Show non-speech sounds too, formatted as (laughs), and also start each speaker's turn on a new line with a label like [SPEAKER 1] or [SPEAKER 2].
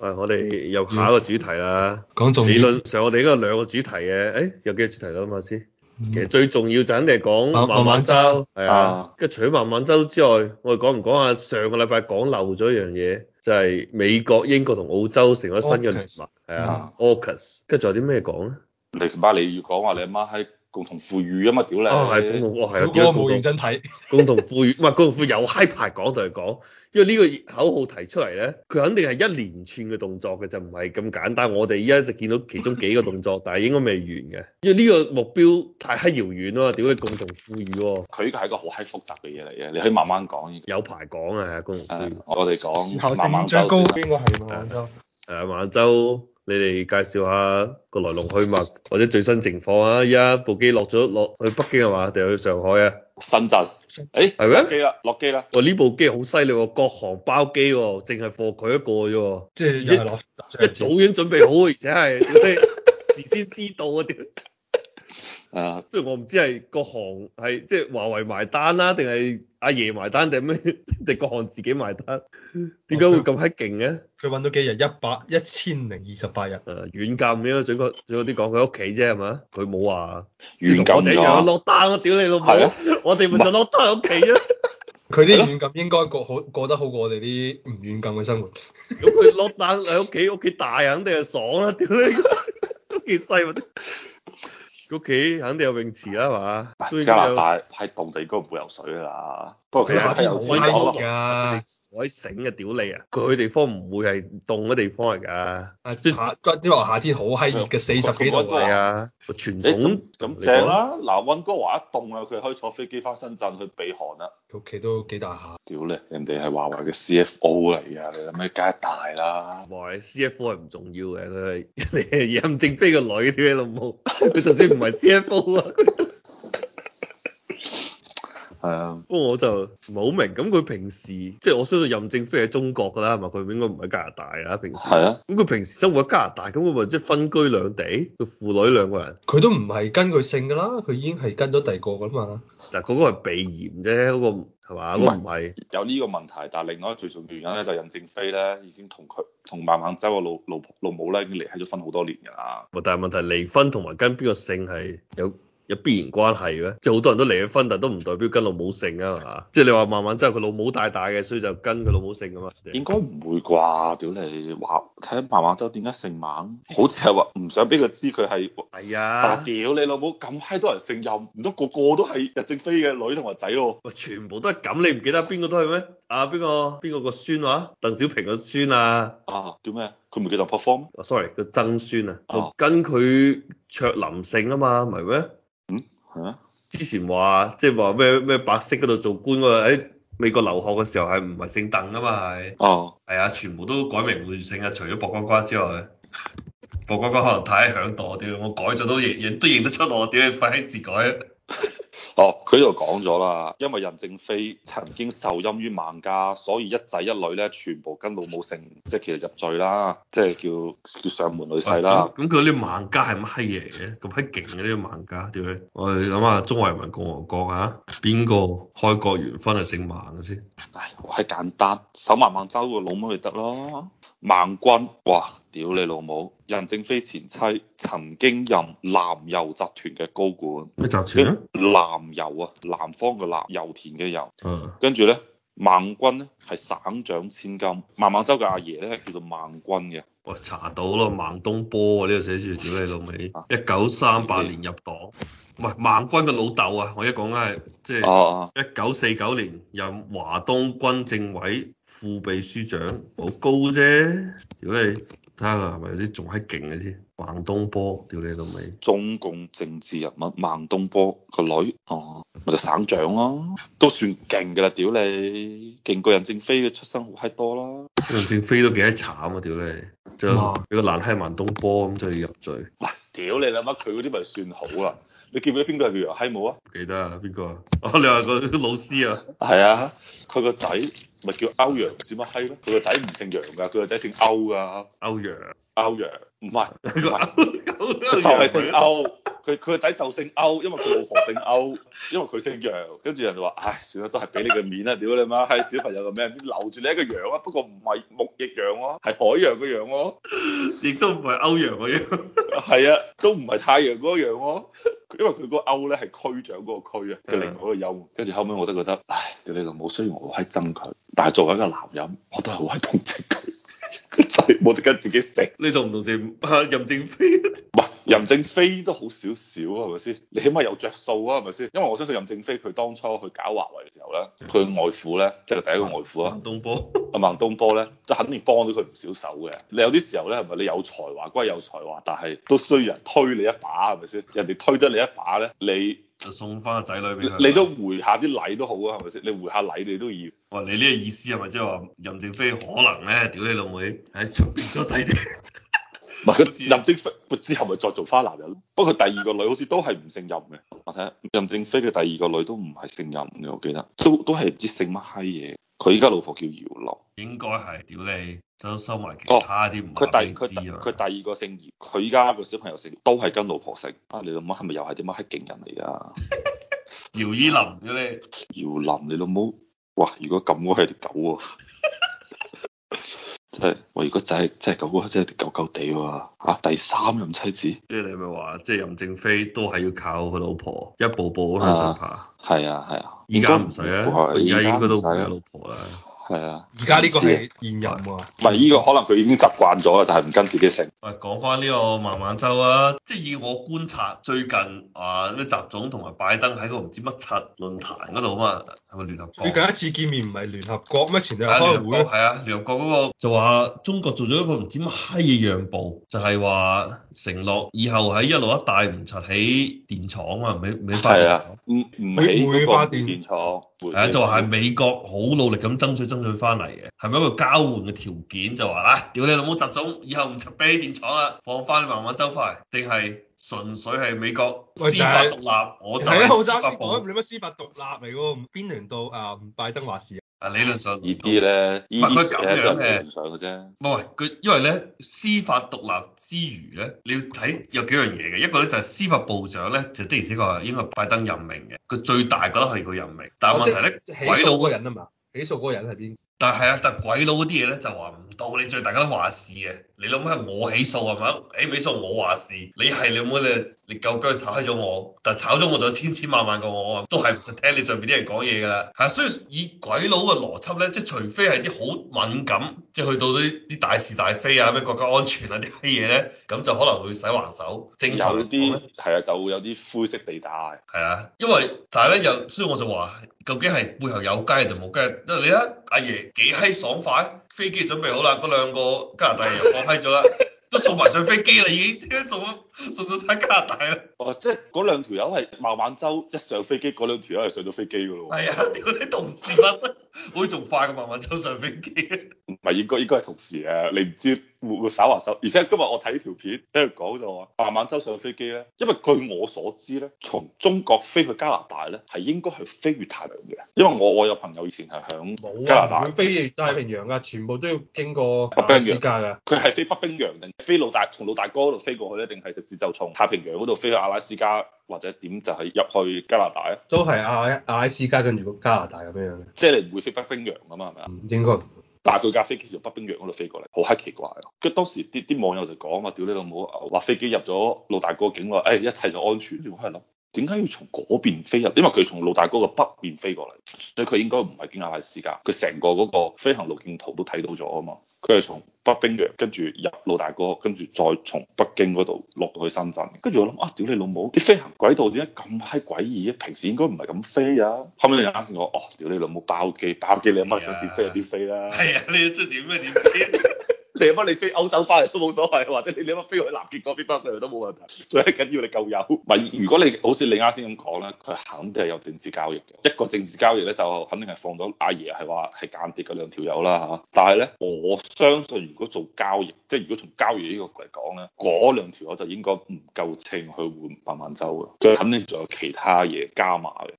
[SPEAKER 1] 喂，啊我哋又下一個主題啦。
[SPEAKER 2] 講嗯重
[SPEAKER 1] 理
[SPEAKER 2] 點，
[SPEAKER 1] 論上我哋呢個兩個主題嘅，誒、有幾個主題啦？諗下先。
[SPEAKER 2] 嗯
[SPEAKER 1] 其實最重要就肯定係講
[SPEAKER 2] 孟
[SPEAKER 1] 孟
[SPEAKER 2] 晚
[SPEAKER 1] 晚
[SPEAKER 2] 舟
[SPEAKER 1] 舟，係啊
[SPEAKER 3] 啊。
[SPEAKER 1] 跟住除咗孟晚舟之外，我哋講唔講下上個禮拜講漏咗一樣嘢，就係、美國、英國同澳洲成咗新嘅聯盟，係啊
[SPEAKER 3] 啊
[SPEAKER 1] ，AUKUS。跟住仲有啲咩講咧？
[SPEAKER 3] 迪斯巴你要講話你阿媽閪共同富裕啊嘛，屌你！
[SPEAKER 1] 啊，係共同，哦係
[SPEAKER 2] 小
[SPEAKER 1] 啊，
[SPEAKER 2] 哥
[SPEAKER 1] 點解
[SPEAKER 2] 冇
[SPEAKER 1] 共
[SPEAKER 2] 認
[SPEAKER 1] 同
[SPEAKER 2] 真睇，
[SPEAKER 1] 共同富 (laughs) 裕？唔係共同富裕有閪排講就係講，因為呢個口號提出嚟咧，佢肯定係一連串嘅動作嘅，就唔係咁簡單。我哋依家就見到其中幾個動作，但係應該未完嘅，因為呢個目標太閪遙遠啦。屌你共同富裕喎、
[SPEAKER 3] 佢呢個係一個好閪複雜嘅嘢嚟嘅，你可以慢慢講呢個。
[SPEAKER 1] 有排講啊，係啊，共同富裕
[SPEAKER 3] 誒。，我哋
[SPEAKER 2] 時候
[SPEAKER 3] 講慢
[SPEAKER 2] 性
[SPEAKER 3] 慢
[SPEAKER 2] 最
[SPEAKER 3] 收
[SPEAKER 2] 高
[SPEAKER 1] 啊
[SPEAKER 3] 先啦。
[SPEAKER 2] 邊個係孟晚
[SPEAKER 1] 誒，孟州，你哋介紹下個來龍去脈或者最新情況啊！依家部機落咗落去北京係嘛？定係去上海啊？
[SPEAKER 3] 深圳，
[SPEAKER 2] 深
[SPEAKER 3] 誒
[SPEAKER 1] 係咩
[SPEAKER 3] 落機啦，落機啦。
[SPEAKER 1] 喂，呢部機好犀利喎，各行包機喎、淨係貨佢一個啫喎，
[SPEAKER 2] 即係又係攞
[SPEAKER 1] 一早已經準備好，而且係屌你事先知道啊！屌，(laughs)
[SPEAKER 3] 誒，
[SPEAKER 1] 即係我唔知係各行係即係華為埋單啦、定係阿爺埋單定係咩？ (laughs) 定各行自己埋單？點解
[SPEAKER 3] 哦
[SPEAKER 1] 會咁閪勁嘅？
[SPEAKER 2] 佢揾到幾日一百一千零二十八日，
[SPEAKER 1] 誒軟禁應該準確準確啲講，佢屋企啫係嘛？佢冇話
[SPEAKER 3] 軟禁
[SPEAKER 1] 我哋又
[SPEAKER 3] 咗。
[SPEAKER 1] 落單，我屌你老母
[SPEAKER 3] 係啊！
[SPEAKER 1] 我哋咪就落單喺屋企啫。
[SPEAKER 2] 佢啲軟禁應該過好過得好過我哋啲唔軟禁嘅生活。
[SPEAKER 1] 咁佢落單喺屋企，屋企大肯定係爽啦，屌
[SPEAKER 3] (laughs)
[SPEAKER 1] 你！屋企細咪得，屋企肯定有泳池啦，係嘛？終於
[SPEAKER 3] 加拿
[SPEAKER 1] 有
[SPEAKER 3] 大喺凍地應該唔會游水㗎啦，不過佢
[SPEAKER 1] 係啊
[SPEAKER 3] 喺游
[SPEAKER 1] 我
[SPEAKER 3] 水
[SPEAKER 1] 應該
[SPEAKER 3] 可
[SPEAKER 1] 冇
[SPEAKER 3] 能
[SPEAKER 2] 㗎，
[SPEAKER 1] 我喺醒嘅屌你啊！佢去地方唔會係凍嘅地方嚟㗎，
[SPEAKER 2] 啊夏即係話夏天好閪熱嘅四十幾度
[SPEAKER 3] 哇
[SPEAKER 1] 係
[SPEAKER 2] 啊，
[SPEAKER 1] 啊，傳
[SPEAKER 3] 誒
[SPEAKER 1] 統
[SPEAKER 3] 咁咁正啊啦。嗱，温哥華一凍啦，啊佢可以坐飛機翻深圳去避寒啦。
[SPEAKER 2] 佢屋企都幾大下。
[SPEAKER 3] 屌你，人哋係華為嘅 CFO 嚟㗎，你諗咩梗係大啦。
[SPEAKER 1] 話 CFO 係唔重要嘅，佢係 (laughs) 任正非個女屌你老母，佢就算唔係 CFO 啊。
[SPEAKER 3] 係啊，
[SPEAKER 1] 不過我就唔係好明，咁佢平時即係我相信任正非喺中國㗎啦，係嘛？佢應該唔喺加拿大啊，平時。
[SPEAKER 3] 係啊，
[SPEAKER 1] 咁佢平時生活喺加拿大，咁佢咪即係分居兩地，佢父女兩個人，
[SPEAKER 2] 佢都唔係跟佢姓㗎啦，佢已經係跟咗第二個㗎嘛。
[SPEAKER 1] 但係嗰個係避嫌啫，嗰、個唔係嘛？嗰、
[SPEAKER 3] 唔係
[SPEAKER 1] 個唔係
[SPEAKER 3] 有呢個問題，但係另外一個最重要原因咧，就係任正非咧已經同佢同孟晚舟嘅老老婆老母咧已經離開咗婚好多年㗎啦。，
[SPEAKER 1] 但係問題離婚同埋跟邊個姓係有有必然關係嘅，即係好多人都離咗婚，但都唔代表跟老母姓啊嘛。即係你話慢慢之後佢老母大大嘅，所以就跟佢老母姓啊嘛。
[SPEAKER 3] 應該唔會啩？屌你話睇下孟晚舟點解姓孟？好似係話唔想俾佢知佢係。
[SPEAKER 1] 係
[SPEAKER 3] 啊！
[SPEAKER 1] 啊，
[SPEAKER 3] 屌你老母咁閪多人姓任，唔通個個都係任正非嘅女同埋仔喎？
[SPEAKER 1] 喂，全部都係咁，你唔記得邊個都係咩？啊，邊個邊個個孫啊？鄧小平個孫啊？
[SPEAKER 3] 啊，叫咩？佢唔叫鄧樸方咩？
[SPEAKER 1] 啊，sorry，個曾孫啊，
[SPEAKER 3] 哦
[SPEAKER 1] 跟佢卓林姓啊嘛，唔係咩？
[SPEAKER 3] 係啊，
[SPEAKER 1] 之前話即係話咩咩白色嗰度做官嗰個喺美國留學嘅時候係唔係姓鄧啊嘛係
[SPEAKER 3] 哦，
[SPEAKER 1] 係啊，全部都改名換姓啊，除咗薄瓜瓜之外， (laughs) 薄瓜瓜可能太響度，啊屌我改咗都認認都認得出我，屌你費事改啊！
[SPEAKER 3] 哦，佢呢度講咗啦，因為任正非曾經受陰於孟家，所以一仔一女咧全部跟老母姓，即係其實入贅啦，即係叫叫上門女婿啦。
[SPEAKER 1] 咁咁佢啲孟家係乜閪嘢嘅？咁閪勁嘅呢個孟家，屌你！我哋諗下中華人民共和國啊，邊個開國元勳係姓孟嘅先？
[SPEAKER 3] 唉，好閪簡單，守孟孟州個老母咪得咯。孟君，哇！屌你老母！任正非前妻曾經任南油集團嘅高管，
[SPEAKER 1] 咩集團啊？
[SPEAKER 3] 南油啊，南方嘅南，油田嘅油。
[SPEAKER 1] 嗯。
[SPEAKER 3] 跟住咧，孟君咧係省長千金，孟晚舟嘅阿爺咧係叫做孟君嘅。
[SPEAKER 1] 我查到咯，孟東波啊，呢度寫住，屌你老味
[SPEAKER 3] 啊！
[SPEAKER 1] 一九三八年入黨，唔係孟軍嘅老豆啊！我一講緊係即係
[SPEAKER 3] 哦
[SPEAKER 1] 一九四九年任華東軍政委副秘書長，好高啫！屌你，睇下佢係咪有啲仲閪勁嘅先？孟東波，屌你老味！
[SPEAKER 3] 中共政治人物孟東波個女，哦，咪就省長咯，都算勁㗎啦，屌你，勁過任正非嘅出身好閪多啦。
[SPEAKER 1] 任正非都幾閪慘啊！屌你，就
[SPEAKER 2] 哇
[SPEAKER 1] 俾個爛閪孟東波咁就要入罪，唔
[SPEAKER 3] 喂，屌你諗下，佢嗰啲咪算好啦。你記唔記得邊個係叫楊閪武啊？
[SPEAKER 1] 記得啊，邊個啊？ (laughs) 哦，你話個老師啊？
[SPEAKER 3] 係啊，佢個仔咪叫歐陽，唔知乜閪咯。佢個仔唔姓楊㗎，佢個仔姓歐㗎，
[SPEAKER 1] 歐陽，
[SPEAKER 3] (laughs) 歐陽唔係唔係，
[SPEAKER 1] (laughs) 歐
[SPEAKER 3] 佢就係姓歐，佢佢佢個仔就姓歐，因為佢老婆姓歐，因為佢姓楊，跟住人就話：唉，算啦，都係俾你個面啦，屌你媽！閪小朋友個咩？留住你一個羊啊，不過唔係木易羊喎，係海洋個洋喎，
[SPEAKER 1] 亦都唔係歐陽嗰樣。
[SPEAKER 3] 係啊，都唔係太陽嗰個洋喎。因為佢個歐咧係區長嗰個區啊，佢
[SPEAKER 1] 嗯
[SPEAKER 3] 另外一個優。跟住後尾我都覺得，唉，屌你老母！雖然我好閪憎佢，但係作為一個男人，我都係好閪同情佢。 (laughs) 個仔冇得跟自己食。
[SPEAKER 1] 你同唔同情 (laughs) 啊任正非？
[SPEAKER 3] 唔係任正非都好少少啊，係咪先？你起碼有着數啊，係咪先？因為我相信任正非佢當初去搞華為嘅時候咧，佢外父咧，即係第一個外父啊，
[SPEAKER 1] 行動波。
[SPEAKER 3] 阿孟東波咧，即係肯定幫到佢唔少手嘅。你有啲時候咧，係咪你有才華歸有才華，但係都需要人推你一把，係咪先？人哋推得你一把咧，你
[SPEAKER 1] 就送翻個仔女俾佢。
[SPEAKER 3] 你都回下啲禮都好啊，係咪先？你回下禮你都要。
[SPEAKER 1] 哇！你呢個意思係咪即係話任正非可能咧？屌你老妹喺出邊咗睇啲。 (laughs)
[SPEAKER 3] 唔係佢任正非佢之後咪再做翻男人咯，不過佢第二個女好似都係唔姓任嘅，我睇下任正非嘅第二個女都唔係姓任嘅，我記得都都係唔知姓乜閪嘢，佢依家老婆叫姚樂，
[SPEAKER 1] 應該係屌你，收收埋其
[SPEAKER 3] 哦
[SPEAKER 1] 他啲唔話
[SPEAKER 3] 佢
[SPEAKER 1] 俾
[SPEAKER 3] 第
[SPEAKER 1] 你
[SPEAKER 3] 佢第
[SPEAKER 1] 知啊嘛
[SPEAKER 3] 佢第二個姓葉，佢依家個小朋友姓都係跟老婆姓，啊你老母係咪又係啲乜閪勁人嚟㗎？
[SPEAKER 1] 姚依林，屌你
[SPEAKER 3] 姚林你老母，哇如果咁我係條狗喎、 (laughs) 真係，喂！如果真係真係咁喎，真係條狗狗地喎嚇第三任妻子，
[SPEAKER 1] 即係你咪話，即係任正非都係要靠佢老婆一步步咁向上爬。
[SPEAKER 3] 係啊係啊，
[SPEAKER 1] 依家唔使啊，佢而家應該都唔
[SPEAKER 3] 唔
[SPEAKER 1] 會
[SPEAKER 3] 使啊
[SPEAKER 1] 有老婆啦。
[SPEAKER 3] 係啊，
[SPEAKER 2] 而家呢個
[SPEAKER 3] 唔知啊
[SPEAKER 2] 係現任喎，
[SPEAKER 3] 唔係呢個可能佢已經習慣咗啦，就係、唔跟自己姓。
[SPEAKER 1] 喂，講翻呢個孟晚舟啊，即係以我觀察，最近啊，咩習總同埋拜登喺個唔知乜柒論壇嗰度啊嘛，係咪聯合國？
[SPEAKER 2] 最近一次見面唔係聯合國咩？前兩日
[SPEAKER 1] 啊，聯合
[SPEAKER 2] 開
[SPEAKER 1] 國
[SPEAKER 2] 會，
[SPEAKER 1] 係啊，聯合國嗰個就話中國做咗一個唔知乜閪嘅讓步，就係話承諾以後喺一路一帶唔柒起電廠啊，美美發電
[SPEAKER 3] 係啊
[SPEAKER 1] 廠。，
[SPEAKER 3] 唔唔起嗰
[SPEAKER 2] 煤
[SPEAKER 3] 個
[SPEAKER 2] 發電
[SPEAKER 3] 電廠，煤
[SPEAKER 1] 係啊，就話係美國好努力咁爭取爭取翻嚟嘅，係咪一個交換嘅條件就話啊，屌你老母習總，以後唔柒俾你電廠啦，放翻你孟晚舟翻嚟，定係純粹係美國
[SPEAKER 2] 喂
[SPEAKER 1] 司法
[SPEAKER 2] 但
[SPEAKER 1] 獨立，我就
[SPEAKER 2] 係啊，好
[SPEAKER 1] 係
[SPEAKER 2] 爭
[SPEAKER 1] 司法
[SPEAKER 2] 先講
[SPEAKER 1] 部。
[SPEAKER 2] 你乜司法獨立嚟喎，邊輪到啊拜登話事啊？
[SPEAKER 1] 啊，理論上
[SPEAKER 3] 呢啲咧，呢
[SPEAKER 1] 唔係佢
[SPEAKER 3] 啲
[SPEAKER 1] 咁
[SPEAKER 3] 嘢都
[SPEAKER 1] 樣
[SPEAKER 3] 係
[SPEAKER 1] 嘅
[SPEAKER 3] 理論上嘅啫。
[SPEAKER 1] 唔係佢，因為咧司法獨立之餘咧，你要睇有幾樣嘢嘅。一個咧就係司法部長咧，就的而且確係應該係拜登任命嘅。佢最大覺得係佢任命，但係問題咧，
[SPEAKER 2] 即係起
[SPEAKER 1] 鬼佬
[SPEAKER 2] 訴嗰個
[SPEAKER 1] 嗰
[SPEAKER 2] 人啊嘛，起訴嗰個人係邊？
[SPEAKER 1] 但係啊，但係鬼佬嗰啲嘢咧就話唔到你最大家都話事嘅。你諗下我起訴係咪？誒，起訴我話事，你係你冇你你夠姜炒閪咗我，但係炒咗我就有千千萬萬個我啊，都係唔實聽你上邊啲人講嘢㗎啦。係啊，所以以鬼佬嘅邏輯咧，即係除非係啲好敏感，即係去到啲啲大是大非啊、咩國家安全啊啲閪嘢咧，咁就可能會使橫手。正常嚟
[SPEAKER 3] 有
[SPEAKER 1] 講呢
[SPEAKER 3] 啲係啊，就會有啲灰色地帶。
[SPEAKER 1] 係啊，因為但係咧又，所以我就話，究竟係背後有雞定冇雞？因為你睇阿爺幾閪爽快，飛機準備好啦，嗰兩個加拿大人又放閪咗啦，都送埋上飛機啦，已經送咗送咗翻加拿大啦。
[SPEAKER 3] 哦，即係嗰兩條友係孟晚舟一上飛機，嗰兩條友係上到飛機㗎咯喎。
[SPEAKER 1] 係啊，屌你同事發生，會仲快過慢慢走上飛機。
[SPEAKER 3] 唔係應該應該係同時啊，你唔知會唔會稍下手。而且今日我睇呢條片喺度講就話孟晚舟上飛機咧，因為據我所知咧，從中國飛去加拿大咧係應該係飛越太平洋嘅，因為我我有朋友以前係響
[SPEAKER 2] 冇
[SPEAKER 3] 加拿
[SPEAKER 2] 啊，唔
[SPEAKER 3] 大
[SPEAKER 2] 會。飛越太平洋㗎，全部都要經過
[SPEAKER 3] 北冰洋
[SPEAKER 2] 世界啊㗎。
[SPEAKER 3] 佢係飛北冰洋定飛老大從老大哥嗰度飛過去咧，定係直接就從太平洋嗰度飛去阿拉斯加或者點就係入去加拿大啊？
[SPEAKER 2] 都係阿阿拉斯加跟住加拿大咁樣嘅，
[SPEAKER 3] 即係你唔會飛北冰洋噶嘛，係咪啊？
[SPEAKER 2] 嗯應該
[SPEAKER 3] 但係佢架飛機由北冰洋嗰度飛過嚟，好閪奇怪啊！跟住當時啲啲網友就講話：屌你老母，話飛機入咗老大哥境內，誒、哎一切就安全。跟住我喺度諗，點解要從嗰邊飛入？因為佢從老大哥嘅北邊飛過嚟，所以佢應該唔係經阿拉斯加，佢成個嗰個飛行路徑圖都睇到咗啊嘛。佢係從北冰洋跟住入老大哥，跟住再從北京嗰度落到去深圳。跟住我諗啊，屌你老母！啲飛行軌道點解咁閪詭異啊？平時應該唔係咁飛啊。後尾你啱先講，哦，屌你老母包機，包機你阿媽想點飛就點飛啦。
[SPEAKER 1] 係啊，你即係點咩點飛？
[SPEAKER 3] 你乜你飛歐洲翻嚟都冇所謂，或者你乜飛去南極嗰邊翻上去都冇問題。最緊要你夠有。唔係，如果你好似你啱先咁講咧，佢肯定係有政治交易嘅。一個政治交易咧，就肯定係放咗阿爺係話係間諜嗰兩條友啦嚇。但係咧，我相信如果做交易，即係如果從交易呢個嚟講咧，嗰兩條友就應該唔夠稱去換孟晚舟嘅，佢肯定仲有其他嘢加碼嘅。